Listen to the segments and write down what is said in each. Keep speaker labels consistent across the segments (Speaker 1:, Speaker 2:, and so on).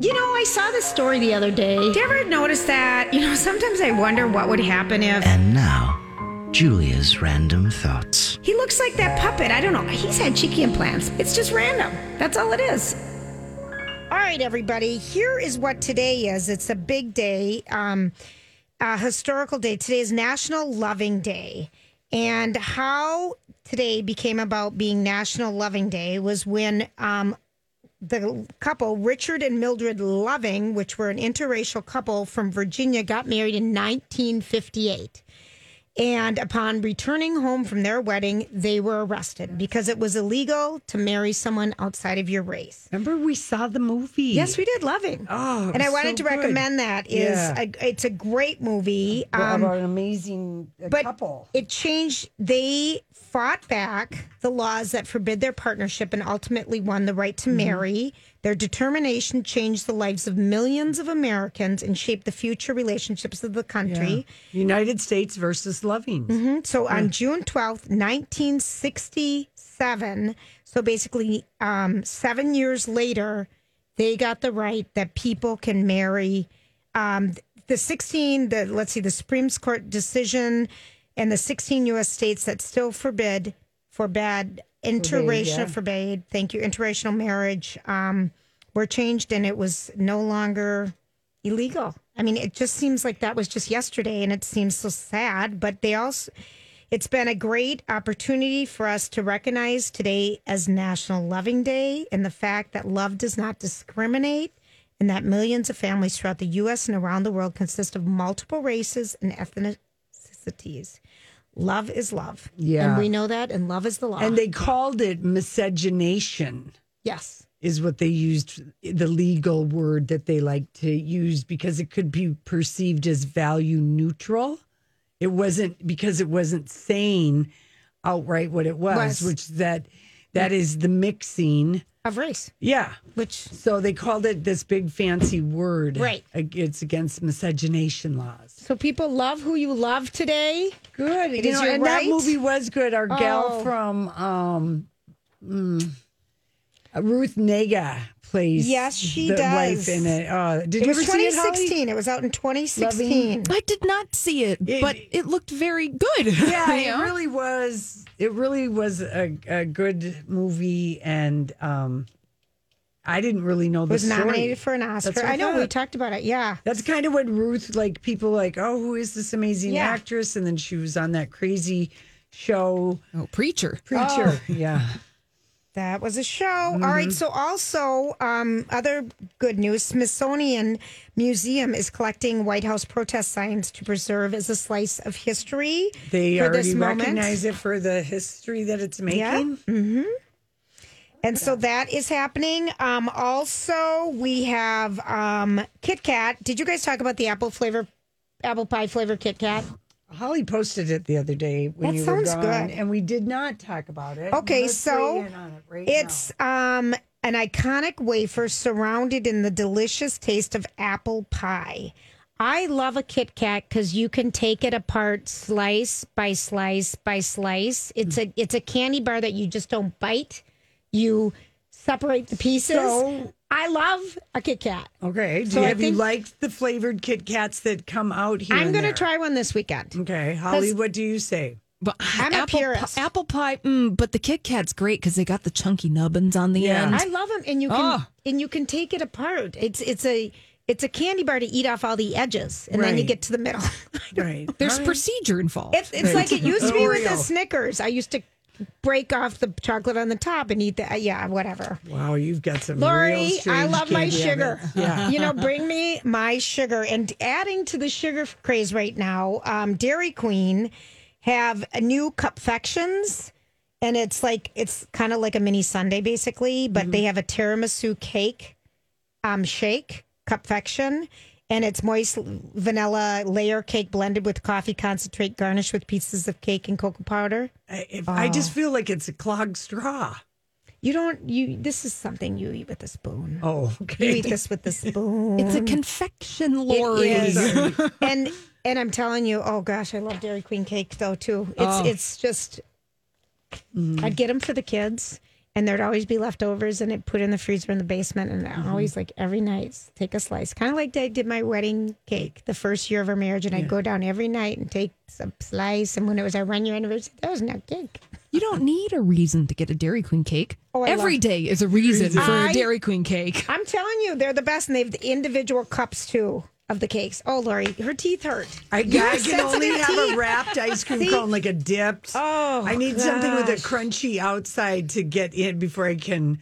Speaker 1: You know, I saw this story the other day. Did you ever notice that? You know, sometimes I wonder what would happen if.
Speaker 2: And now, Julia's random thoughts.
Speaker 1: He looks like that puppet. I don't know. He's had cheeky implants. It's just random. That's all it is. All right, everybody. Here is what today is. It's a big day, um, a historical day. Today is National Loving Day. And how today became about being National Loving Day was when um, the couple, Richard and Mildred Loving, which were an interracial couple from Virginia, got married in 1958. And upon returning home from their wedding, they were arrested because it was illegal to marry someone outside of your race.
Speaker 3: Remember, we saw the movie.
Speaker 1: Yes, we did Loving.
Speaker 3: Oh, it
Speaker 1: and I
Speaker 3: was
Speaker 1: wanted to
Speaker 3: so
Speaker 1: recommend
Speaker 3: good.
Speaker 1: that is
Speaker 3: Yeah.
Speaker 1: a, it's a great movie.
Speaker 3: Well,
Speaker 1: Um,
Speaker 3: about an amazing uh,
Speaker 1: but
Speaker 3: couple.
Speaker 1: it changed. They fought back the laws that forbid their partnership and ultimately won the right
Speaker 3: Mm-hmm.
Speaker 1: to marry. Their determination changed the lives of millions of Americans and shaped the future relationships of the country.
Speaker 3: United States versus Loving.
Speaker 1: Mhm. So on June 12th, 1967, so basically um, seven years later, they got the right that people can marry. Um, the 16, the let's see, the Supreme Court decision and the 16 U.S. states that still forbid, forbade interracial, forbade, thank you, interracial marriage um, were changed and it was no longer illegal. I mean, it just seems like that was just yesterday, and it seems so sad. But they also, it's been a great opportunity for us to recognize today as National Loving Day and the fact that love does not discriminate, and that millions of families throughout the U.S. and around the world consist of multiple races and ethnicities. Love is love.
Speaker 3: Yeah.
Speaker 1: And we know that, and love is the law.
Speaker 3: And they called it miscegenation,
Speaker 1: yes.
Speaker 3: is what they used, the legal word that they like to use, because it could be perceived as value neutral. It wasn't because it wasn't saying outright what it was,
Speaker 1: Was.
Speaker 3: which that that is the mixing.
Speaker 1: Of race,
Speaker 3: Yeah.
Speaker 1: which
Speaker 3: So they called it this big fancy word.
Speaker 1: Right.
Speaker 3: Ag- It's against miscegenation laws.
Speaker 1: so people love who you love today.
Speaker 3: Good.
Speaker 1: It
Speaker 3: you
Speaker 1: is
Speaker 3: know,
Speaker 1: your
Speaker 3: and
Speaker 1: right.
Speaker 3: that movie was good. Our
Speaker 1: Oh.
Speaker 3: gal from um, mm, uh, Ruth Nega plays.
Speaker 1: Yes, she
Speaker 3: the
Speaker 1: does.
Speaker 3: Wife in it. Uh, did
Speaker 1: It
Speaker 3: you
Speaker 1: was
Speaker 3: ever see it? Holly?
Speaker 1: 2016. It was out in 2016.
Speaker 4: I did not see it,
Speaker 3: It-
Speaker 4: but it looked very good.
Speaker 3: Yeah,
Speaker 4: You
Speaker 3: it
Speaker 4: know?
Speaker 3: really was. It really was a, a good movie, and um, I didn't really know the
Speaker 1: was
Speaker 3: story.
Speaker 1: nominated for an
Speaker 3: That's
Speaker 1: Oscar.
Speaker 3: what
Speaker 1: I know we
Speaker 3: thought.
Speaker 1: talked about it. Yeah.
Speaker 3: That's kind of what Ruth like people like, oh, who is this amazing
Speaker 1: Yeah.
Speaker 3: actress? And then she was on that crazy show
Speaker 4: Oh, preacher.
Speaker 3: Preacher. Yeah.
Speaker 1: That was a show. All
Speaker 3: Mm-hmm.
Speaker 1: right. So, also, um, other good news Smithsonian Museum is collecting White House protest signs to preserve as a slice of history.
Speaker 3: They
Speaker 1: For this
Speaker 3: already
Speaker 1: moment.
Speaker 3: recognize it for the history that it's making.
Speaker 1: Yeah. And so that is happening. Um, also, we have um, Kit Kat. Did you guys talk about the apple flavor, apple pie flavor Kit Kat?
Speaker 3: Holly posted it the other day when
Speaker 1: That
Speaker 3: you
Speaker 1: sounds
Speaker 3: were gone,
Speaker 1: good.
Speaker 3: and we did not talk about it.
Speaker 1: Okay,
Speaker 3: Let's
Speaker 1: so
Speaker 3: weigh in on it right
Speaker 1: It's um an iconic wafer surrounded in the delicious taste of apple pie. I love a Kit Kat because you can take it apart slice by slice by slice. It's a it's a candy bar that you just don't bite. You separate the pieces.
Speaker 3: So- Oh,
Speaker 1: I love a Kit Kat.
Speaker 3: now. okay. Do
Speaker 1: so
Speaker 3: you,
Speaker 1: I
Speaker 3: have
Speaker 1: think-
Speaker 3: you liked the flavored Kit Kats that come out here?
Speaker 1: I'm
Speaker 3: and
Speaker 1: gonna
Speaker 3: there?
Speaker 1: try one this weekend.
Speaker 3: Okay, Holly,
Speaker 1: 'Cause-
Speaker 3: what do you say?
Speaker 4: But
Speaker 1: I'm a
Speaker 4: apple,
Speaker 1: purist.
Speaker 4: Pi- apple pie, mm, but the Kit Kat's great because they got the chunky nubbins on the
Speaker 3: Yeah.
Speaker 4: end.
Speaker 1: I love them, and you can
Speaker 4: Oh.
Speaker 1: and you can take it apart. It's it's a it's a candy bar to eat off all the edges, and then you
Speaker 3: Right.
Speaker 1: get to the middle.
Speaker 3: Right.
Speaker 4: There's
Speaker 3: Holly?
Speaker 4: procedure involved.
Speaker 1: It's, it's like it used to be with the
Speaker 3: Oreo.
Speaker 1: Snickers. I used to break off the chocolate on the top and eat the uh, yeah whatever.
Speaker 3: Wow, you've got some. real
Speaker 1: Lori, I
Speaker 3: strange
Speaker 1: love my
Speaker 3: candy
Speaker 1: sugar.
Speaker 3: habits. Yeah.
Speaker 1: You know, bring me my sugar. And adding to the sugar craze right now, um, Dairy Queen have a new confections. And it's like, it's kind of like a mini sundae,
Speaker 3: Mm-hmm.
Speaker 1: basically, but they have a tiramisu cake um, shake, confection, and it's moist vanilla layer cake blended with coffee concentrate, garnished with pieces of cake and cocoa powder.
Speaker 3: I, if, I just
Speaker 1: Oh.
Speaker 3: feel like it's a clogged straw.
Speaker 1: You don't. You. This is something you eat with a spoon.
Speaker 3: Oh,
Speaker 1: You
Speaker 3: okay.
Speaker 1: eat this with a spoon.
Speaker 4: It's a confection,
Speaker 1: It
Speaker 4: Lori.
Speaker 1: is. and and I'm telling you, oh gosh, I love Dairy Queen cake though too. It's it's just I'd get them for the kids, and there'd always be leftovers, and it put in the freezer in the basement, and I always like every night take a slice, kind of like I did my wedding cake the first year of our marriage, and I'd go down every night and take some slice, and when it was our one year anniversary, that was no cake.
Speaker 4: You don't need a reason to get a Dairy Queen cake.
Speaker 1: Oh, I
Speaker 4: Every
Speaker 1: love-
Speaker 4: day is a reason for a
Speaker 1: I-
Speaker 4: Dairy Queen cake.
Speaker 1: I'm telling you, they're the best, and they have the individual cups too of the cakes. Oh, Lori, her teeth hurt.
Speaker 3: I,
Speaker 1: Your
Speaker 3: I can only
Speaker 1: sensitive
Speaker 3: have
Speaker 1: teeth.
Speaker 3: a wrapped ice cream
Speaker 1: See?
Speaker 3: cone, like a dipped.
Speaker 1: Oh,
Speaker 3: I need something with a
Speaker 1: gosh.
Speaker 3: crunchy outside to get in before I can.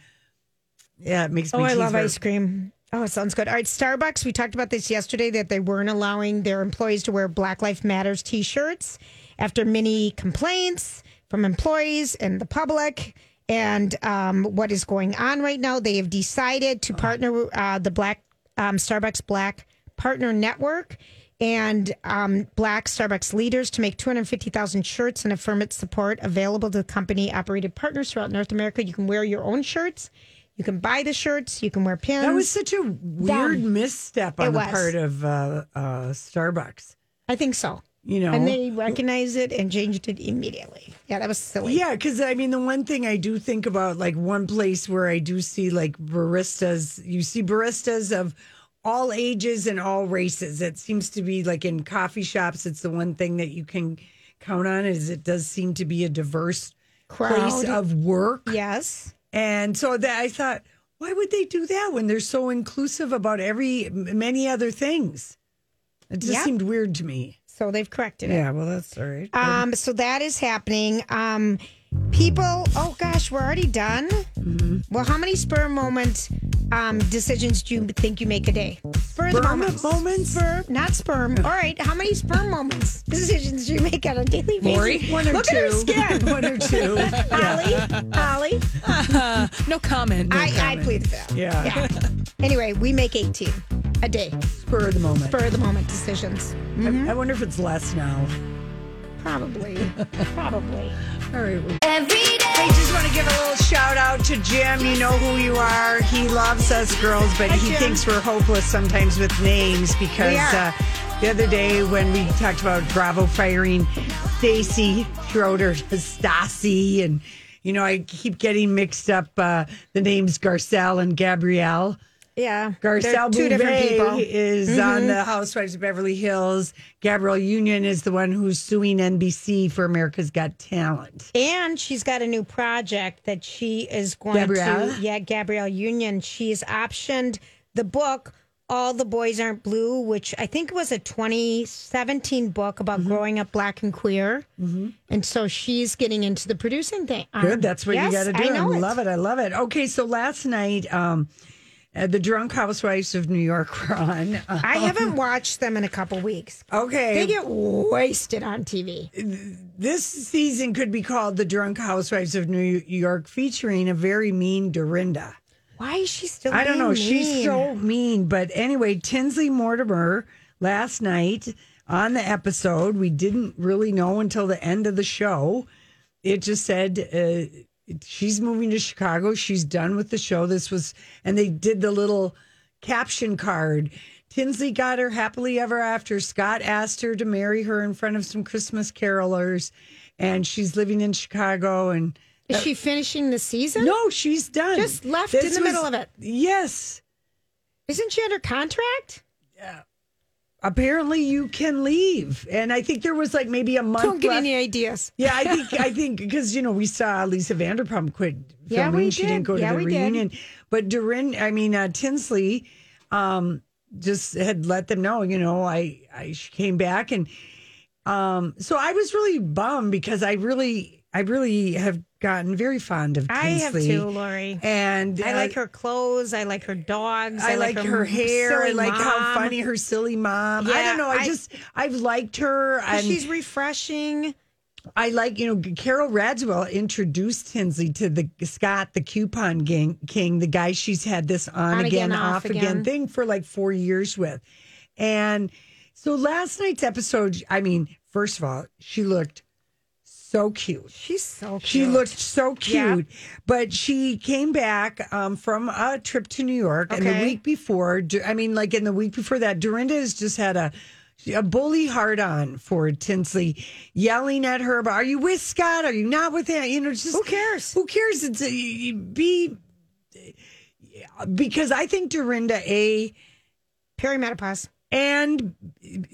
Speaker 3: Yeah, it makes me.
Speaker 1: Oh, I love ice cream. Oh, it sounds good. All right, Starbucks. We talked about this yesterday that they weren't allowing their employees to wear Black Life Matters T-shirts after many complaints from employees and the public. And um, what is going on right now? They have decided to partner uh, the Black um, Starbucks Black Partner Network and um, Black Starbucks leaders to make 250,000 shirts and affirm its support available to company operated partners throughout North America. You can wear your own shirts. You can buy the shirts. You can wear pins.
Speaker 3: That was such a weird misstep on
Speaker 1: It
Speaker 3: the
Speaker 1: was.
Speaker 3: part of uh, uh, Starbucks.
Speaker 1: I think so.
Speaker 3: You know,
Speaker 1: And they recognized it and changed it immediately. Yeah, that was silly.
Speaker 3: Yeah, because I mean, the one thing I do think about, like one place where I do see like baristas, you see baristas of all ages and all races. It seems to be like in coffee shops, it's the one thing that you can count on is it does seem to be a diverse place
Speaker 1: Crowd.
Speaker 3: of work.
Speaker 1: Yes.
Speaker 3: And so that I thought, why would they do that when they're so inclusive about every m- many other things? It just
Speaker 1: Yeah.
Speaker 3: seemed weird to me.
Speaker 1: So they've corrected it.
Speaker 3: Yeah, well, that's all right.
Speaker 1: Um, so that is happening. Um, people, oh gosh, we're already done.
Speaker 3: Mm-hmm.
Speaker 1: Well, how many spur moment um, decisions do you think you make a day? Spur of the
Speaker 3: Sperm
Speaker 1: moment.
Speaker 3: moments?
Speaker 1: Spur, not sperm. All right, how many sperm moments decisions do you make on a daily basis?
Speaker 4: Lori?
Speaker 3: One or
Speaker 1: Look
Speaker 3: two.
Speaker 1: at her skin.
Speaker 3: One or two.
Speaker 1: Holly, Holly,
Speaker 4: No comment. No
Speaker 1: I, I
Speaker 4: comment.
Speaker 1: plead the fifth.
Speaker 3: Yeah.
Speaker 1: yeah. Anyway, we make 18 a day,
Speaker 3: Spur of the moment.
Speaker 1: spur of the moment decisions.
Speaker 3: I, I wonder if it's less now.
Speaker 1: Probably, probably.
Speaker 3: All right. Hey, just want to give a little shout out to Jim. You know who you are. He loves us girls, but he
Speaker 1: Jim.
Speaker 3: thinks we're hopeless sometimes with names
Speaker 1: We
Speaker 3: because
Speaker 1: are.
Speaker 3: uh, the other day when we talked about Bravo firing Stacy Schroeder to Stassi, and you know, I keep getting mixed up uh, the names Garcelle and Gabrielle.
Speaker 1: Yeah. they're
Speaker 3: Garcelle
Speaker 1: two different
Speaker 3: Bouvet
Speaker 1: people. Mm-hmm.
Speaker 3: is on the Housewives of Beverly Hills. Gabrielle Union is the one who's suing NBC for America's Got Talent.
Speaker 1: And she's got a new project that she is going
Speaker 3: Gabrielle?
Speaker 1: to. Yeah, Gabrielle Union. She's optioned the book "All the Boys Aren't Blue," which I think was a 2017 book about
Speaker 3: Mm-hmm.
Speaker 1: growing up black and queer. And so she's getting into the producing thing. Um,
Speaker 3: Good. That's what
Speaker 1: yes,
Speaker 3: you got to
Speaker 1: I
Speaker 3: do. I,
Speaker 1: know
Speaker 3: love it. I love it. Okay. So last night, um, uh, the Drunk Housewives of New York were on. Uh,
Speaker 1: I haven't watched them in a couple weeks. They
Speaker 3: okay.
Speaker 1: get wasted on TV.
Speaker 3: this season could be called the Drunk Housewives of New York, featuring a very mean Dorinda.
Speaker 1: Why is she still?
Speaker 3: I don't know.
Speaker 1: being
Speaker 3: She's
Speaker 1: mean?
Speaker 3: so mean. But anyway, Tinsley Mortimer last night on the episode, we didn't really know until the end of the show. It just said uh, she's moving to Chicago. She's done with the show. This was, and they did the little caption card. Tinsley got her happily ever after. Scott asked her to marry her in front of some Christmas carolers, and she's living in Chicago. And
Speaker 1: Is she finishing the season?
Speaker 3: no, she's done.
Speaker 1: Just left in the middle of it.
Speaker 3: Yes.
Speaker 1: Isn't she under contract?
Speaker 3: apparently you can leave and i think there was like maybe a month
Speaker 1: Don't get
Speaker 3: left.
Speaker 1: any ideas.
Speaker 3: yeah i think i think because you know we saw lisa vanderpump quit filming
Speaker 1: Yeah, we
Speaker 3: she
Speaker 1: did.
Speaker 3: didn't go to
Speaker 1: Yeah,
Speaker 3: the
Speaker 1: we did.
Speaker 3: reunion but durin i mean uh, tinsley um just had let them know you know i i she came back and um so i was really bummed because i really i really have gotten very fond of
Speaker 1: I have
Speaker 3: tinsley
Speaker 1: too, Lori.
Speaker 3: and
Speaker 1: I
Speaker 3: uh,
Speaker 1: like her clothes. I like her dogs.
Speaker 3: I, like, her, hair. I
Speaker 1: silly
Speaker 3: like how
Speaker 1: mom.
Speaker 3: funny her silly mom. I
Speaker 1: Yeah,
Speaker 3: don't know. I,
Speaker 1: I-
Speaker 3: just I've liked her. And
Speaker 1: She's refreshing.
Speaker 3: I like you know Carol Radswell introduced Tinsley to the Scott the Coupon Gang King, the guy she's had this on, again, off, again. thing for like four years with, And so last night's episode, I mean, first of all, she looked so cute.
Speaker 1: She's so cute.
Speaker 3: She looked so
Speaker 1: Yeah.
Speaker 3: cute, but she came back um, from a trip to New York, and
Speaker 1: Okay.
Speaker 3: the week before, Du- I mean, like in the week before that, Dorinda has just had a a bully hard on for Tinsley, yelling at her about, "Are you with Scott? Are you not with him?" You know, just
Speaker 1: Who cares?
Speaker 3: who cares? It's a, you- you be because I think Dorinda a
Speaker 1: Perimenopause.
Speaker 3: Mm-hmm. and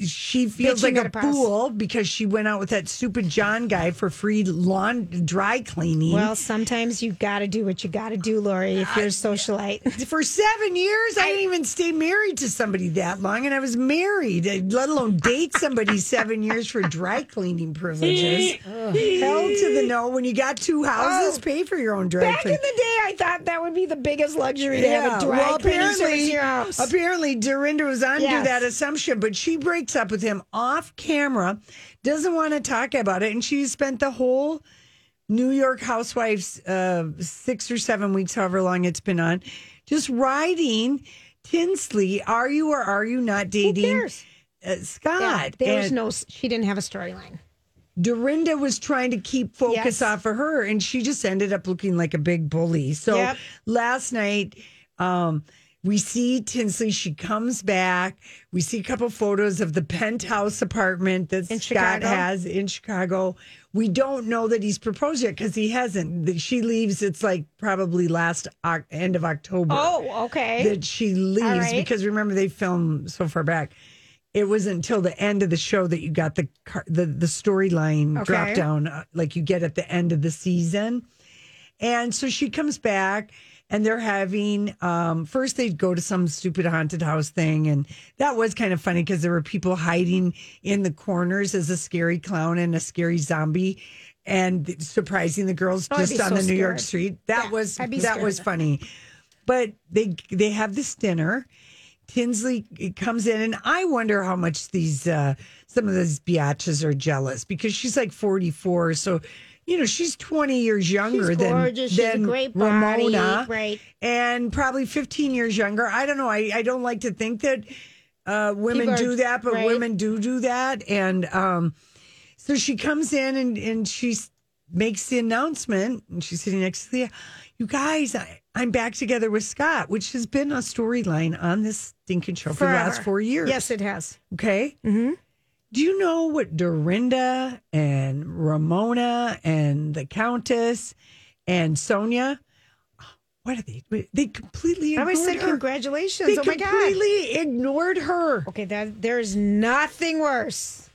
Speaker 3: she feels
Speaker 1: Bitchy
Speaker 3: like a
Speaker 1: menopause.
Speaker 3: fool because she went out with that stupid John guy for free lawn dry cleaning.
Speaker 1: Well, sometimes you got to do what you got to do, Lori, if you're a socialite.
Speaker 3: for seven years, I, didn't even stay married to somebody that long, and I was married, uh, let alone date somebody seven years for dry cleaning privileges. Hell to the no! When you got two houses,
Speaker 1: Oh.
Speaker 3: pay for your own dry
Speaker 1: Back in
Speaker 3: cleaning.
Speaker 1: the day, I thought that would be the biggest luxury to have a dry cleaning service in your house.
Speaker 3: Apparently, Dorinda was under
Speaker 1: Yes.
Speaker 3: that assumption, but she breaks up with him off camera, doesn't want to talk about it, and she spent the whole New York Housewives uh, six or seven weeks, however long it's been on, just riding Tinsley. Are you or are you not dating?
Speaker 1: cares?
Speaker 3: Uh, Scott,
Speaker 1: Yeah, there was
Speaker 3: And-
Speaker 1: no. She didn't have a storyline.
Speaker 3: Dorinda was trying to keep focus
Speaker 1: Yes.
Speaker 3: off of her, and she just ended up looking like a big bully. So
Speaker 1: Yep.
Speaker 3: last night, um, we see Tinsley. She comes back. We see a couple photos of the penthouse apartment that
Speaker 1: In
Speaker 3: Scott
Speaker 1: Chicago?
Speaker 3: has in Chicago. We don't know that he's proposed yet because he hasn't. The- She leaves. It's like probably last Oc- end of October
Speaker 1: Oh, okay.
Speaker 3: that she leaves
Speaker 1: right.
Speaker 3: because remember they film so far back. It was until the end of the show that you got the car, the the storyline
Speaker 1: Okay.
Speaker 3: drop down uh, like you get at the end of the season. And so she comes back and they're having um first they go to some stupid haunted house thing and that was kind of funny because there were people hiding in the corners as a scary clown and a scary zombie and surprising the girls
Speaker 1: Oh, I'd
Speaker 3: just
Speaker 1: be
Speaker 3: on
Speaker 1: so
Speaker 3: the New York
Speaker 1: scared.
Speaker 3: street. That
Speaker 1: Yeah,
Speaker 3: was
Speaker 1: I'd be
Speaker 3: that
Speaker 1: scared.
Speaker 3: was funny but they they have this dinner. Tinsley comes in, and I wonder how much these uh, some of these biatches are jealous because she's like forty four, so you know she's twenty years younger
Speaker 1: She's
Speaker 3: than
Speaker 1: gorgeous. She's a
Speaker 3: than
Speaker 1: great body,
Speaker 3: Ramona,
Speaker 1: right.
Speaker 3: And probably fifteen years younger. I don't know. I I don't like to think that uh, women
Speaker 1: People are-
Speaker 3: do that, but
Speaker 1: right.
Speaker 3: women do do that, and um, so she comes in and, and she s- makes the announcement, and she's sitting next to Leah. You guys, I, I'm back together with Scott, which has been a storyline on this stinking show for the last
Speaker 1: Forever.
Speaker 3: four years.
Speaker 1: Yes, it has.
Speaker 3: Okay.
Speaker 1: Mhm.
Speaker 3: Do you know what Dorinda and Ramona and the Countess and Sonia? What are they? They completely
Speaker 1: I
Speaker 3: ignored
Speaker 1: always said
Speaker 3: her.
Speaker 1: congratulations.
Speaker 3: They
Speaker 1: oh my god.
Speaker 3: completely ignored her.
Speaker 1: Okay, that there's nothing worse.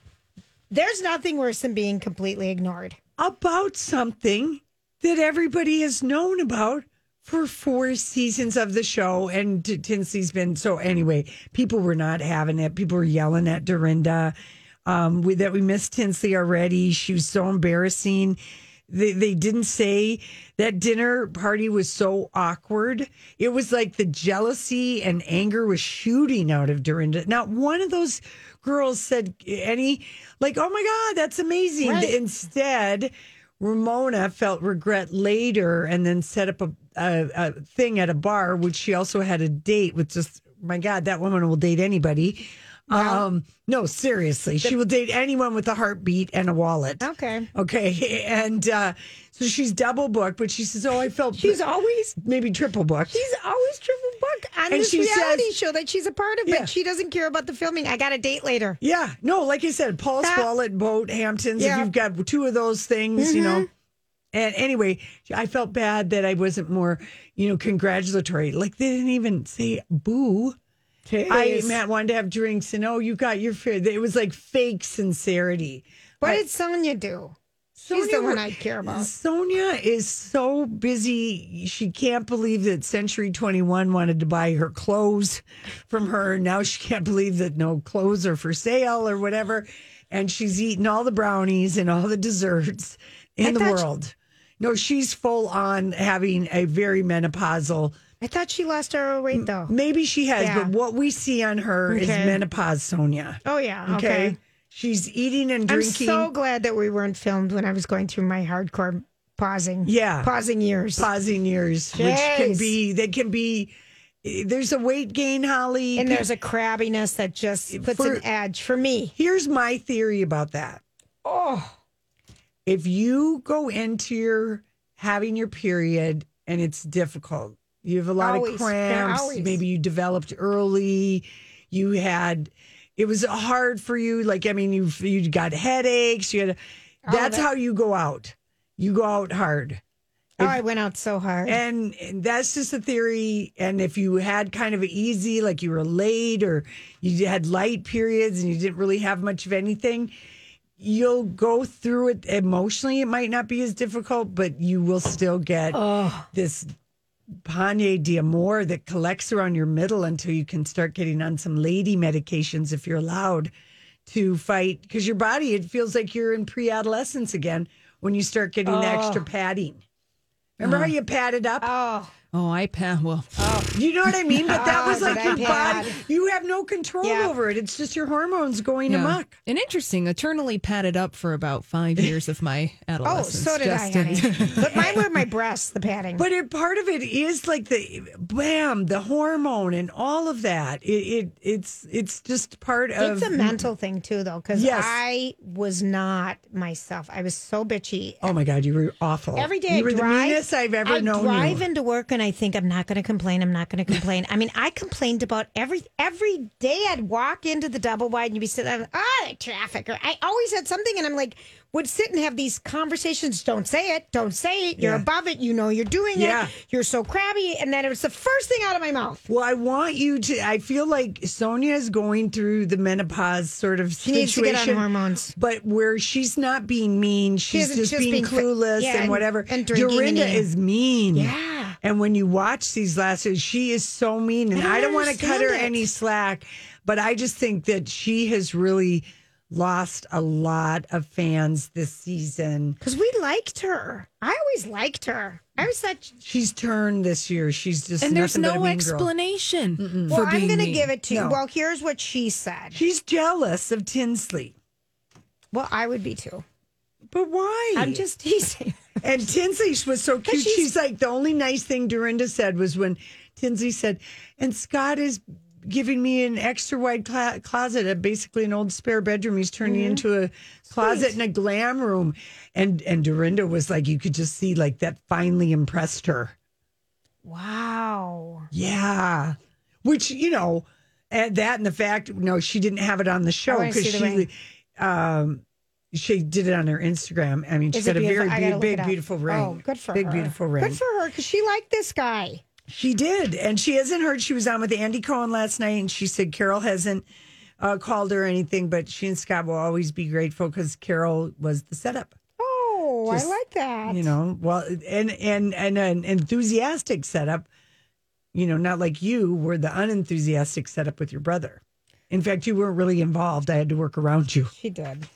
Speaker 1: There's nothing worse than being completely ignored.
Speaker 3: about something that everybody has known about for four seasons of the show. And T- Tinsley's been so anyway, people were not having it. People were yelling at Dorinda. Um, we, that we missed Tinsley already. She was so embarrassing. They, they didn't say that dinner party was so awkward. It was like the jealousy and anger was shooting out of Dorinda. Not one of those girls said any, like, oh my God, that's amazing.
Speaker 1: Right.
Speaker 3: Instead, Ramona felt regret later and then set up a, a, a thing at a bar, which she also had a date with just, my God, that woman will date anybody. um, no, seriously, she will date anyone with a heartbeat and a wallet.
Speaker 1: Okay.
Speaker 3: Okay. And uh, so she's double booked, but she says, Oh, I felt
Speaker 1: She's always
Speaker 3: maybe triple booked.
Speaker 1: she's always triple booked on
Speaker 3: And
Speaker 1: this
Speaker 3: she
Speaker 1: reality
Speaker 3: says-
Speaker 1: show that she's a part of,
Speaker 3: Yeah.
Speaker 1: but she doesn't care about the filming. I got a date later.
Speaker 3: yeah. No, like I said, Paul's
Speaker 1: That-
Speaker 3: Wallet, Boat, Hamptons,
Speaker 1: Yeah. Mm-hmm.
Speaker 3: if you've got two of those things, you know. And anyway, I felt bad that I wasn't more, you know, congratulatory. Like they didn't even say boo. I Matt wanted to have drinks and oh, you got your fair. It was like fake sincerity.
Speaker 1: What did Sonia do? She's the one I care about.
Speaker 3: Sonia is so busy. She can't believe that Century 21 wanted to buy her clothes from her. Now she can't believe that no clothes are for sale or whatever. And she's eating all the brownies and all the desserts in
Speaker 1: I
Speaker 3: the
Speaker 1: thought she-
Speaker 3: world. no, she's full on having a very menopausal.
Speaker 1: I thought she lost her weight though.
Speaker 3: Maybe she has,
Speaker 1: Yeah.
Speaker 3: but what we see on her is
Speaker 1: Okay.
Speaker 3: menopause Sonia.
Speaker 1: Oh yeah.
Speaker 3: Okay.
Speaker 1: Okay.
Speaker 3: She's eating and drinking.
Speaker 1: I'm so glad that we weren't filmed when I was going through my hardcore pausing.
Speaker 3: Yeah.
Speaker 1: Pausing years.
Speaker 3: pausing years, which can
Speaker 1: Jeez.
Speaker 3: be they can be There's a weight gain, Holly.
Speaker 1: And there's a crabbiness that just puts
Speaker 3: For-
Speaker 1: an edge for me.
Speaker 3: Here's my theory about that.
Speaker 1: Oh,
Speaker 3: if you go into your having your period and it's difficult, you have a lot
Speaker 1: Always.
Speaker 3: of
Speaker 1: They're
Speaker 3: cramps,
Speaker 1: always.
Speaker 3: maybe you developed early, you had it was hard for you. Like I mean, you you got headaches. You had that's
Speaker 1: that-
Speaker 3: how you go out. You go out hard.
Speaker 1: oh I went out so hard.
Speaker 3: And that's just a theory. And if you had kind of an easy, like you were late or you had light periods and you didn't really have much of anything, you'll go through it emotionally. It might not be as difficult, but you will still get this Panier d'Amour that collects around your middle until you can start getting on some lady medications if you're allowed to fight. Because your body, it feels like you're in pre adolescence again when you start getting the extra padding. Remember how you padded up?
Speaker 1: oh,
Speaker 4: Oh, I pa- well.
Speaker 3: You know what I mean? But that
Speaker 1: Oh,
Speaker 3: was like
Speaker 1: did I
Speaker 3: your
Speaker 1: pad?
Speaker 3: body. You have no control
Speaker 1: Yeah.
Speaker 3: over it. It's just your hormones going
Speaker 4: yeah.
Speaker 3: amok.
Speaker 4: And interesting, eternally padded up for about five years of my
Speaker 1: oh,
Speaker 4: adolescence.
Speaker 1: so did I,
Speaker 4: Justin.
Speaker 1: honey. but mine were my breasts, the padding.
Speaker 3: But it, part of it is like the bam, the hormone and all of that. It, it it's it's just part of
Speaker 1: it's a mental thing too, though, because
Speaker 3: Yes.
Speaker 1: I was not myself. I was so bitchy.
Speaker 3: Oh my God, you were awful.
Speaker 1: Every day
Speaker 3: you were
Speaker 1: I drive,
Speaker 3: the meanest I've ever
Speaker 1: I
Speaker 3: known. you.
Speaker 1: drive into work and I think I'm not going to complain. I'm not going to complain. I mean, I complained about every every day. I'd walk into the double wide and you'd be sitting there, oh, the traffic. Or I always had something, and I'm like, would sit and have these conversations. Don't say it. Don't say it. You're
Speaker 3: Yeah.
Speaker 1: above it. You know you're doing
Speaker 3: Yeah.
Speaker 1: it. You're so crabby. And then it was the first thing out of my mouth.
Speaker 3: Well, I want you to. I feel like Sonia is going through the menopause sort of
Speaker 1: She
Speaker 3: situation.
Speaker 1: needs to get on hormones.
Speaker 3: but where she's not being mean, she's
Speaker 1: isn't
Speaker 3: just
Speaker 1: just
Speaker 3: being,
Speaker 1: being fa-
Speaker 3: clueless
Speaker 1: yeah,
Speaker 3: and,
Speaker 1: and-
Speaker 3: whatever.
Speaker 1: and drinking and
Speaker 3: Dorinda
Speaker 1: eating.
Speaker 3: is mean.
Speaker 1: Yeah.
Speaker 3: And when you watch these last, she is so mean, and
Speaker 1: I don't
Speaker 3: I don't, want to cut
Speaker 1: understand
Speaker 3: her
Speaker 1: it.
Speaker 3: any slack. But I just think that she has really lost a lot of fans this season.
Speaker 1: Because we liked her. I always liked her. I was such.
Speaker 3: She's turned this year. She's just
Speaker 4: And there's
Speaker 3: nothing but a
Speaker 4: no
Speaker 3: mean girl.
Speaker 4: explanation Mm. for
Speaker 1: Well, I'm
Speaker 4: being
Speaker 1: going to
Speaker 4: mean.
Speaker 1: give it to
Speaker 3: No.
Speaker 1: you. Well, here's what she said.
Speaker 3: She's jealous of Tinsley.
Speaker 1: Well, I would be too.
Speaker 3: But why?
Speaker 1: I'm just teasing.
Speaker 3: And Tinsley was so cute. She's,
Speaker 1: she's-
Speaker 3: like, the only nice thing Dorinda said was when Tinsley said, and Scott is giving me an extra wide cla- closet, uh, basically an old spare bedroom. He's turning into a
Speaker 1: Mm-hmm.
Speaker 3: closet and a glam room. And and Dorinda was like, you could just see like that finally impressed her.
Speaker 1: Wow.
Speaker 3: Yeah. Which, you know, and that and the fact, no, she didn't have it on the show
Speaker 1: wanna
Speaker 3: because
Speaker 1: Oh, see the
Speaker 3: she, um, she did it on her Instagram. I mean, she's
Speaker 1: Is it
Speaker 3: got a very
Speaker 1: beautiful? I gotta look it
Speaker 3: big, big
Speaker 1: up.
Speaker 3: beautiful ring.
Speaker 1: Oh, good for
Speaker 3: big,
Speaker 1: her.
Speaker 3: beautiful ring.
Speaker 1: Good for her because she liked this guy.
Speaker 3: She did, and she hasn't heard. She was on with Andy Cohen last night, and she said Carol hasn't uh, called her or anything, but she and Scott will always be grateful because Carol was the setup.
Speaker 1: Oh,
Speaker 3: Just,
Speaker 1: I like that.
Speaker 3: You know, well, and and and an enthusiastic setup. You know, not like you were the unenthusiastic setup with your brother. In fact, you weren't really involved. I had to work around you.
Speaker 1: she did.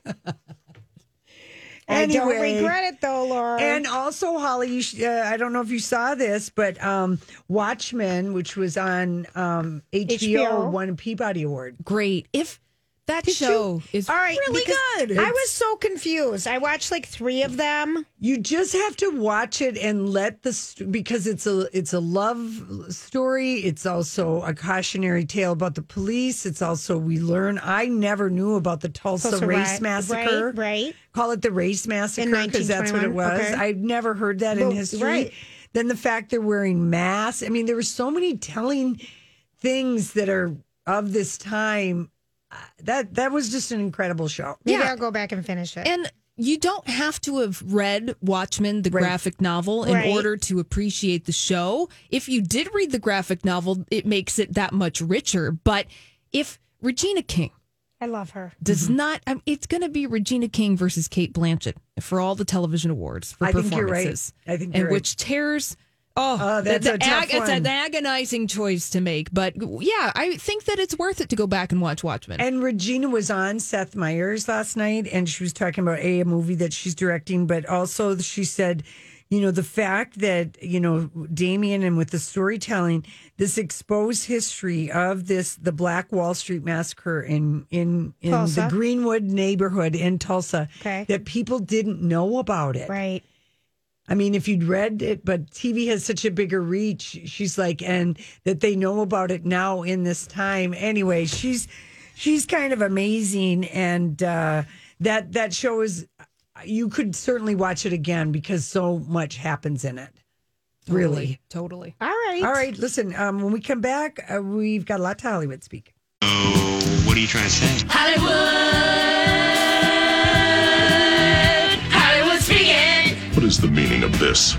Speaker 1: I don't
Speaker 3: Anyway.
Speaker 1: regret it though, Laura.
Speaker 3: And also, Holly, you sh- uh, I don't know if you saw this, but um, Watchmen, which was on um, HBO,
Speaker 1: HBO.
Speaker 3: won a Peabody Award.
Speaker 4: Great. If that
Speaker 1: Did you-
Speaker 4: show is
Speaker 1: all right,
Speaker 4: really
Speaker 1: because
Speaker 4: good.
Speaker 1: I was so confused. I watched like three of them.
Speaker 3: You just have to watch it and let the st- because it's a it's a love story. It's also a cautionary tale about the police. It's also we learn. I never knew about the Tulsa,
Speaker 1: Tulsa
Speaker 3: race
Speaker 1: Ri-
Speaker 3: massacre.
Speaker 1: right, right.
Speaker 3: Call it the race massacre because that's what it
Speaker 1: 1921,
Speaker 3: was.
Speaker 1: okay.
Speaker 3: I've never heard that in
Speaker 1: Well,
Speaker 3: history.
Speaker 1: right.
Speaker 3: Then the fact they're wearing masks. I mean, there were so many telling things that are of this time. Uh, That that was just an incredible show.
Speaker 1: Maybe
Speaker 4: Yeah.
Speaker 1: I'll go back and finish it.
Speaker 4: And you don't have to have read Watchmen, the
Speaker 3: Right.
Speaker 4: graphic novel, in
Speaker 1: Right.
Speaker 4: order to appreciate the show. If you did read the graphic novel, it makes it that much richer. But if Regina King
Speaker 1: I love her.
Speaker 4: does not, I mean, it's going to be Regina King versus Kate Blanchett for all the television awards for
Speaker 3: I think you're right.
Speaker 4: performances.
Speaker 3: I think
Speaker 4: and
Speaker 3: you're right.
Speaker 4: which tears. Oh,
Speaker 3: Oh, that's a tough
Speaker 4: It's an
Speaker 3: one.
Speaker 4: agonizing choice to make, but yeah, I think that it's worth it to go back and watch Watchmen.
Speaker 3: And Regina was on Seth Meyers last night, and she was talking about a, a movie that she's directing, but also she said, you know, the fact that you know Damien and with the storytelling, this exposed history of this the Black Wall Street massacre in in in
Speaker 1: Tulsa.
Speaker 3: the Greenwood neighborhood in Tulsa,
Speaker 1: Okay.
Speaker 3: that people didn't know about it.
Speaker 1: Right.
Speaker 3: I mean, if you'd read it, but TV has such a bigger reach. She's like, and that they know about it now in this time. Anyway, she's she's kind of amazing, and uh, that that show is. You could certainly watch it again because so much happens in it. Really.
Speaker 4: Totally.
Speaker 1: All right.
Speaker 3: All right, listen. Um, when we come back, uh, we've got a lot to Hollywood speak.
Speaker 5: Oh, what are you trying to say?
Speaker 6: What is the meaning of this?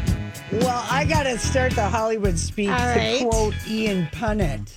Speaker 3: Well, I got to start the Hollywood speak
Speaker 1: All
Speaker 3: to
Speaker 1: right.
Speaker 3: quote Ian Punnett.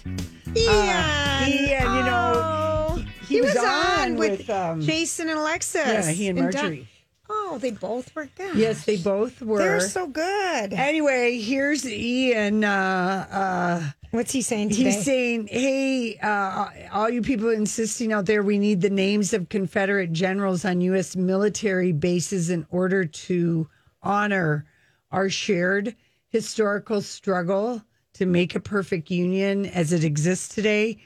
Speaker 1: Ian.
Speaker 3: Uh, Ian, you know,
Speaker 1: Oh.
Speaker 3: he- he was on with, um,
Speaker 1: Jason and Alexis.
Speaker 3: Yeah, he and
Speaker 1: Don-
Speaker 3: Marjorie.
Speaker 1: oh, they both were good.
Speaker 3: Yes, they both were.
Speaker 1: They're so good.
Speaker 3: anyway, here's Ian. Uh, uh,
Speaker 1: What's he saying today?
Speaker 3: he's saying, "Hey, uh, all you people insisting out there, we need the names of Confederate generals on U.S. military bases in order to honor our shared historical struggle to make a perfect union as it exists today."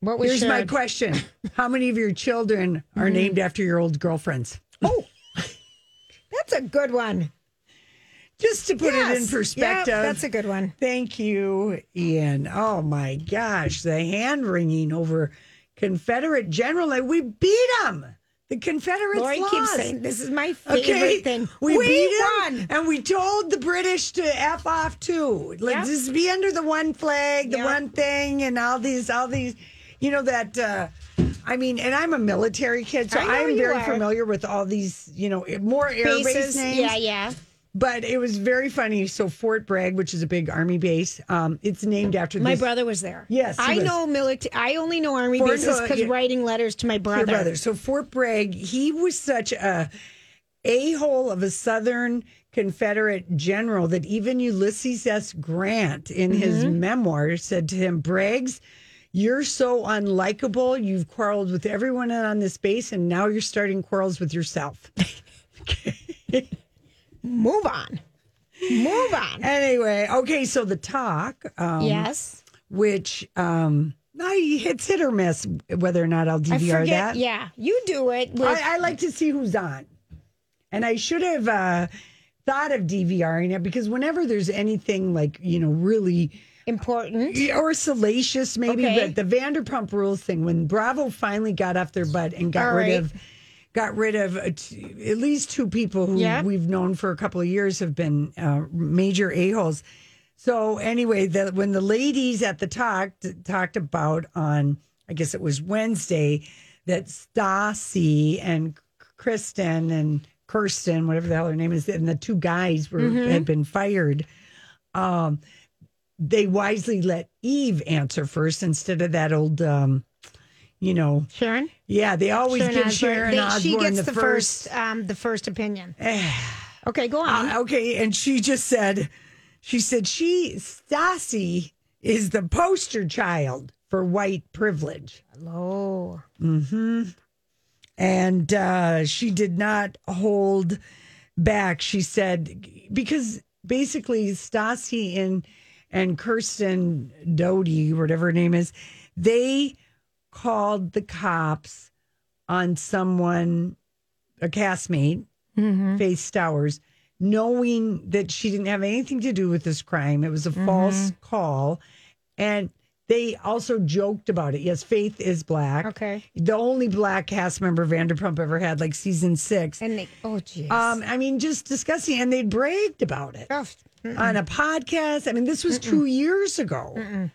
Speaker 1: what was
Speaker 3: Here's my
Speaker 1: shared?
Speaker 3: question: How many of your children are
Speaker 1: Mm-hmm.
Speaker 3: named after your old girlfriends?
Speaker 1: Oh, that's a good one.
Speaker 3: Just to put it in
Speaker 1: Yes.
Speaker 3: perspective,
Speaker 1: Yep, that's a good one.
Speaker 3: Thank you, Ian. Oh my gosh, the hand wringing over Confederate general. Like we beat him. The Confederates
Speaker 1: Lori
Speaker 3: lost.
Speaker 1: keeps saying this is my favorite
Speaker 3: okay,
Speaker 1: thing.
Speaker 3: we, beat
Speaker 1: won.
Speaker 3: him, and we told the British to f off too. Like
Speaker 1: Yep.
Speaker 3: just be under the one flag, the
Speaker 1: Yep.
Speaker 3: one thing, and all these, all these. You know that. Uh, I mean, and I'm a military kid, so
Speaker 1: I know
Speaker 3: I'm
Speaker 1: you
Speaker 3: very
Speaker 1: are.
Speaker 3: familiar with all these. You know, more air base
Speaker 1: Bases.
Speaker 3: names
Speaker 1: Yeah, yeah.
Speaker 3: but it was very funny. So Fort Bragg, which is a big army base, um, it's named after
Speaker 1: My
Speaker 3: this,
Speaker 1: brother was there.
Speaker 3: Yes, he
Speaker 1: I
Speaker 3: was.
Speaker 1: know military. I only know army
Speaker 3: Fort
Speaker 1: bases
Speaker 3: Hood,
Speaker 1: because
Speaker 3: yeah.
Speaker 1: writing letters to my
Speaker 3: your
Speaker 1: brother.
Speaker 3: brother. So Fort Bragg, he was such a a hole of a Southern Confederate general that even Ulysses S. Grant, in his
Speaker 1: Mm-hmm.
Speaker 3: memoirs, said to him, "Braggs." You're so unlikable. You've quarreled with everyone on this base, and now you're starting quarrels with yourself.
Speaker 1: Move on. Move on.
Speaker 3: Anyway, okay, so the talk. Um,
Speaker 1: yes.
Speaker 3: which um I, it's hit or miss whether or not I'll DVR
Speaker 1: I forget.
Speaker 3: that.
Speaker 1: Yeah. You do it. With,
Speaker 3: I, I like to see who's on, and I should have uh, thought of DVRing it because whenever there's anything like you know really
Speaker 1: important.
Speaker 3: or salacious, maybe,
Speaker 1: Okay.
Speaker 3: but the Vanderpump Rules thing when Bravo finally got off their butt and got
Speaker 1: All
Speaker 3: rid
Speaker 1: right.
Speaker 3: of got rid of uh, t- at least two people who
Speaker 1: Yeah.
Speaker 3: we've known for a couple of years have been uh, major a holes. So anyway, that when the ladies at the talk talked about on, I guess it was Wednesday, that Stassi and Kristen and Kirsten, whatever the hell her name is, and the two guys were
Speaker 1: Mm-hmm.
Speaker 3: had been fired. Um, they wisely let Eve answer first instead of that old, um, you know,
Speaker 1: Sharon.
Speaker 3: yeah, they always
Speaker 1: Sharon
Speaker 3: give
Speaker 1: Osbourne.
Speaker 3: Sharon
Speaker 1: They-
Speaker 3: Osbourne
Speaker 1: she gets
Speaker 3: the, first.
Speaker 1: um, the first opinion. okay, go on.
Speaker 3: Uh, okay, and she just said, she said she Stassi is the poster child for white privilege,
Speaker 1: oh,
Speaker 3: Mm-hmm. and uh, she did not hold back. She said because basically Stassi and and Kirsten Doty, whatever her name is, they called the cops on someone, a castmate, Faith Stowers, knowing that she didn't have anything to do with this crime. It was a false call. And they also joked about it. Yes, Faith is black.
Speaker 1: Okay.
Speaker 3: The only black cast member Vanderpump ever had, like season six.
Speaker 1: and they, oh, jeez.
Speaker 3: Um, I mean, just disgusting. And they bragged about it
Speaker 1: Oh,
Speaker 3: on a podcast. I mean, this was two years ago.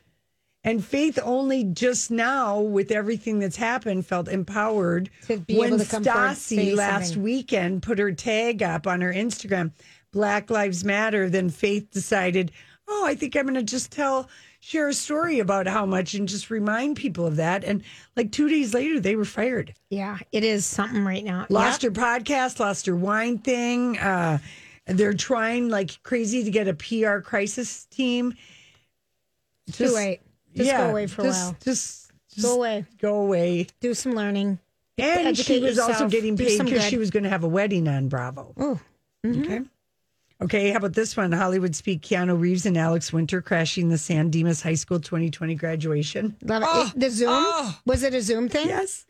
Speaker 3: And Faith only just now, with everything that's happened, felt empowered
Speaker 1: To be
Speaker 3: when
Speaker 1: able to come forward and
Speaker 3: Stassi
Speaker 1: say
Speaker 3: last
Speaker 1: something.
Speaker 3: weekend put her tag up on her Instagram, Black Lives Matter. Then Faith decided, oh, I think I'm going to just tell, share a story about how much and just remind people of that. And like two days later, they were fired
Speaker 1: yeah, it is something right now.
Speaker 3: lost her podcast, lost her wine thing. Uh, they're trying like crazy to get a PR crisis team.
Speaker 1: Yep. Too late. Just go away for
Speaker 3: just,
Speaker 1: a while.
Speaker 3: Just, just
Speaker 1: Go away.
Speaker 3: go away.
Speaker 1: Do some learning.
Speaker 3: And she
Speaker 1: Educate
Speaker 3: was also
Speaker 1: yourself.
Speaker 3: getting
Speaker 1: Do
Speaker 3: paid
Speaker 1: some
Speaker 3: because
Speaker 1: good.
Speaker 3: she was going to have a wedding on Bravo.
Speaker 1: Oh,
Speaker 3: Okay. Okay, how about this one? Hollywood speak Keanu Reeves and Alex Winter crashing the San Dimas High School 2020 graduation.
Speaker 1: love it. The Zoom. Was it a Zoom thing?
Speaker 3: Yes.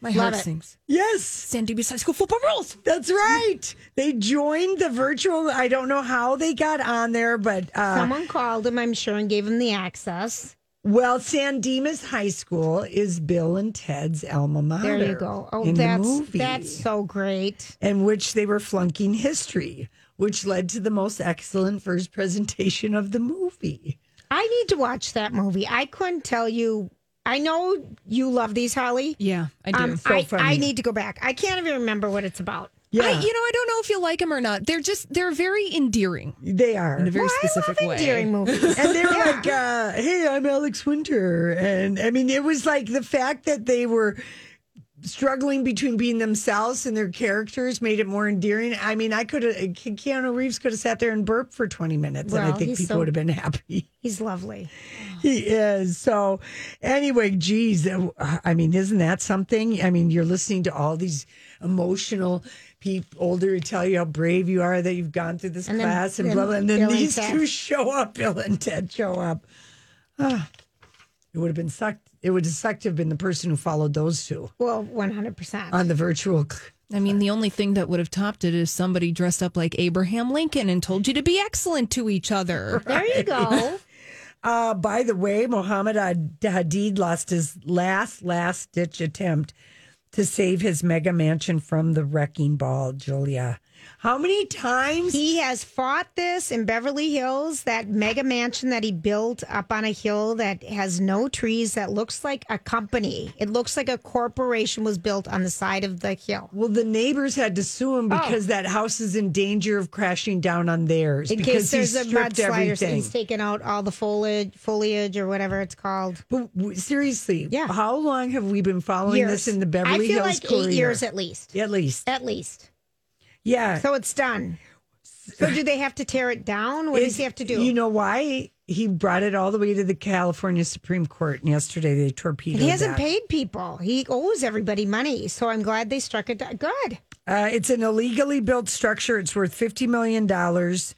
Speaker 4: My
Speaker 1: Love
Speaker 4: heart
Speaker 1: it.
Speaker 4: sings.
Speaker 3: Yes,
Speaker 4: San Diego High School football rules.
Speaker 3: that's right. They joined the virtual. I don't know how they got on there, but uh,
Speaker 1: Someone called him, I'm sure, and gave him the access.
Speaker 3: well, San Dimas High School is Bill and Ted's alma mater.
Speaker 1: There you go. Oh,
Speaker 3: in the
Speaker 1: that's
Speaker 3: movie.
Speaker 1: that's so great.
Speaker 3: in which they were flunking history, which led to the most excellent first presentation of the movie.
Speaker 1: I need to watch that movie. I couldn't tell you. I know you love these, Holly.
Speaker 4: Yeah, I do.
Speaker 1: Um,
Speaker 3: So
Speaker 1: I,
Speaker 3: funny.
Speaker 1: I need to go back. I can't even remember what it's about.
Speaker 4: I, you know, I don't know if you like them or not. They're just they're very endearing
Speaker 3: they are.
Speaker 4: in a
Speaker 3: And
Speaker 4: very
Speaker 1: Well,
Speaker 4: specific
Speaker 1: I love
Speaker 4: way.
Speaker 1: endearing movies.
Speaker 3: they were like, uh, hey, I'm Alex Winter. And I mean, it was like the fact that they were struggling between being themselves and their characters made it more endearing. I mean, I could have, Keanu Reeves could have sat there and burped for 20 minutes, and I
Speaker 1: Well,
Speaker 3: think
Speaker 1: he's
Speaker 3: people
Speaker 1: so-
Speaker 3: would have been happy.
Speaker 1: He's lovely.
Speaker 3: He is. So, anyway, geez, uh, I mean, isn't that something? I mean, you're listening to all these emotional people older who tell you how brave you are that you've gone through this
Speaker 1: And then-
Speaker 3: class and
Speaker 1: then
Speaker 3: blah, blah. And then
Speaker 1: Bill and
Speaker 3: these
Speaker 1: Ted.
Speaker 3: two show up, Bill and Ted show up. Ah, it would have been sucked. It would have sucked to have been the person who followed those two
Speaker 1: Well, one hundred percent.
Speaker 3: on the virtual. cl-
Speaker 4: I mean, the only thing that would have topped it is somebody dressed up like Abraham Lincoln and told you to be excellent to each other.
Speaker 1: There you go.
Speaker 3: Uh, by the way, Mohammed Hadid lost his last, last ditch attempt to save his mega mansion from the wrecking ball, Julia. How many times?
Speaker 1: He has fought this in Beverly Hills, that mega mansion that he built up on a hill that has no trees, that looks like a company. It looks like a corporation was built on the side of the hill.
Speaker 3: well, the neighbors had to sue
Speaker 1: Oh.
Speaker 3: him because that house is in danger of crashing down on theirs
Speaker 1: In
Speaker 3: because
Speaker 1: case there's
Speaker 3: he
Speaker 1: a
Speaker 3: stripped
Speaker 1: mudslide or something,
Speaker 3: everything.
Speaker 1: he's taken out all the foliage, foliage or whatever it's called.
Speaker 3: But w- seriously,
Speaker 1: Yeah.
Speaker 3: how long have we been following
Speaker 1: Years.
Speaker 3: this in the Beverly
Speaker 1: I feel
Speaker 3: Hills
Speaker 1: like
Speaker 3: Courier?
Speaker 1: eight years at least.
Speaker 3: At least,
Speaker 1: At least.
Speaker 3: yeah.
Speaker 1: So it's done. So do they have to tear it down? What does
Speaker 3: It's-
Speaker 1: he have to do?
Speaker 3: You know why he brought it all the way to the California Supreme Court, and yesterday they torpedoed.
Speaker 1: he hasn't
Speaker 3: that.
Speaker 1: paid people. He owes everybody money. So I'm glad they struck it. down. Good.
Speaker 3: Uh, it's an illegally built structure. It's worth fifty million dollars,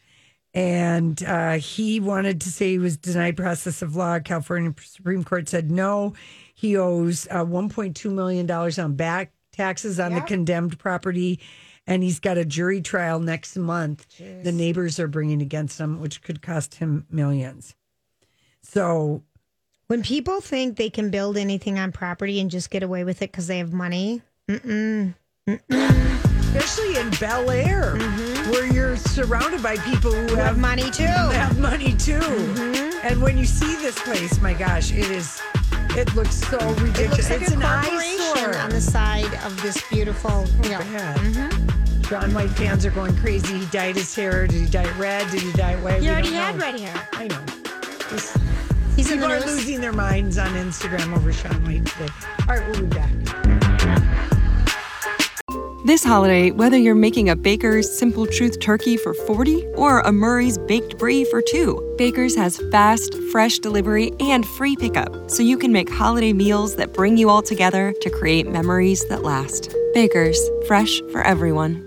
Speaker 3: and uh, he wanted to say he was denied process of law. California Supreme Court said no. He owes uh, one point two million dollars on back taxes on the condemned property, and he's got a jury trial next month. The neighbors are bringing against him, which could cost him millions. So
Speaker 1: When people think they can build anything on property and just get away with it because they have money,
Speaker 3: especially in Bel Air, where you're surrounded by people who
Speaker 1: you have
Speaker 3: have
Speaker 1: money too.
Speaker 3: have money too.
Speaker 1: Mm-hmm.
Speaker 3: And when you see this place, my gosh, it is. It looks so ridiculous.
Speaker 1: It looks like
Speaker 3: it's
Speaker 1: a
Speaker 3: an
Speaker 1: corporation
Speaker 3: eyesore.
Speaker 1: on the side of this beautiful. You know,
Speaker 3: Yeah.
Speaker 1: Mm-hmm.
Speaker 3: John White fans are going crazy. He dyed his hair. Did he dye it red? Did he dye it white?
Speaker 1: he
Speaker 3: We
Speaker 1: already
Speaker 3: don't
Speaker 1: had
Speaker 3: know.
Speaker 1: red hair.
Speaker 3: I know. Just-
Speaker 1: He's in
Speaker 3: people
Speaker 1: the
Speaker 3: are
Speaker 1: news.
Speaker 3: losing their minds on Instagram over Sean White today. All right, we'll be back.
Speaker 7: This holiday, whether you're making a Baker's Simple Truth turkey for 40 or a Murray's Baked Brie for two, Baker's has fast, fresh delivery and free pickup, so you can make holiday meals that bring you all together to create memories that last. Baker's, fresh for everyone.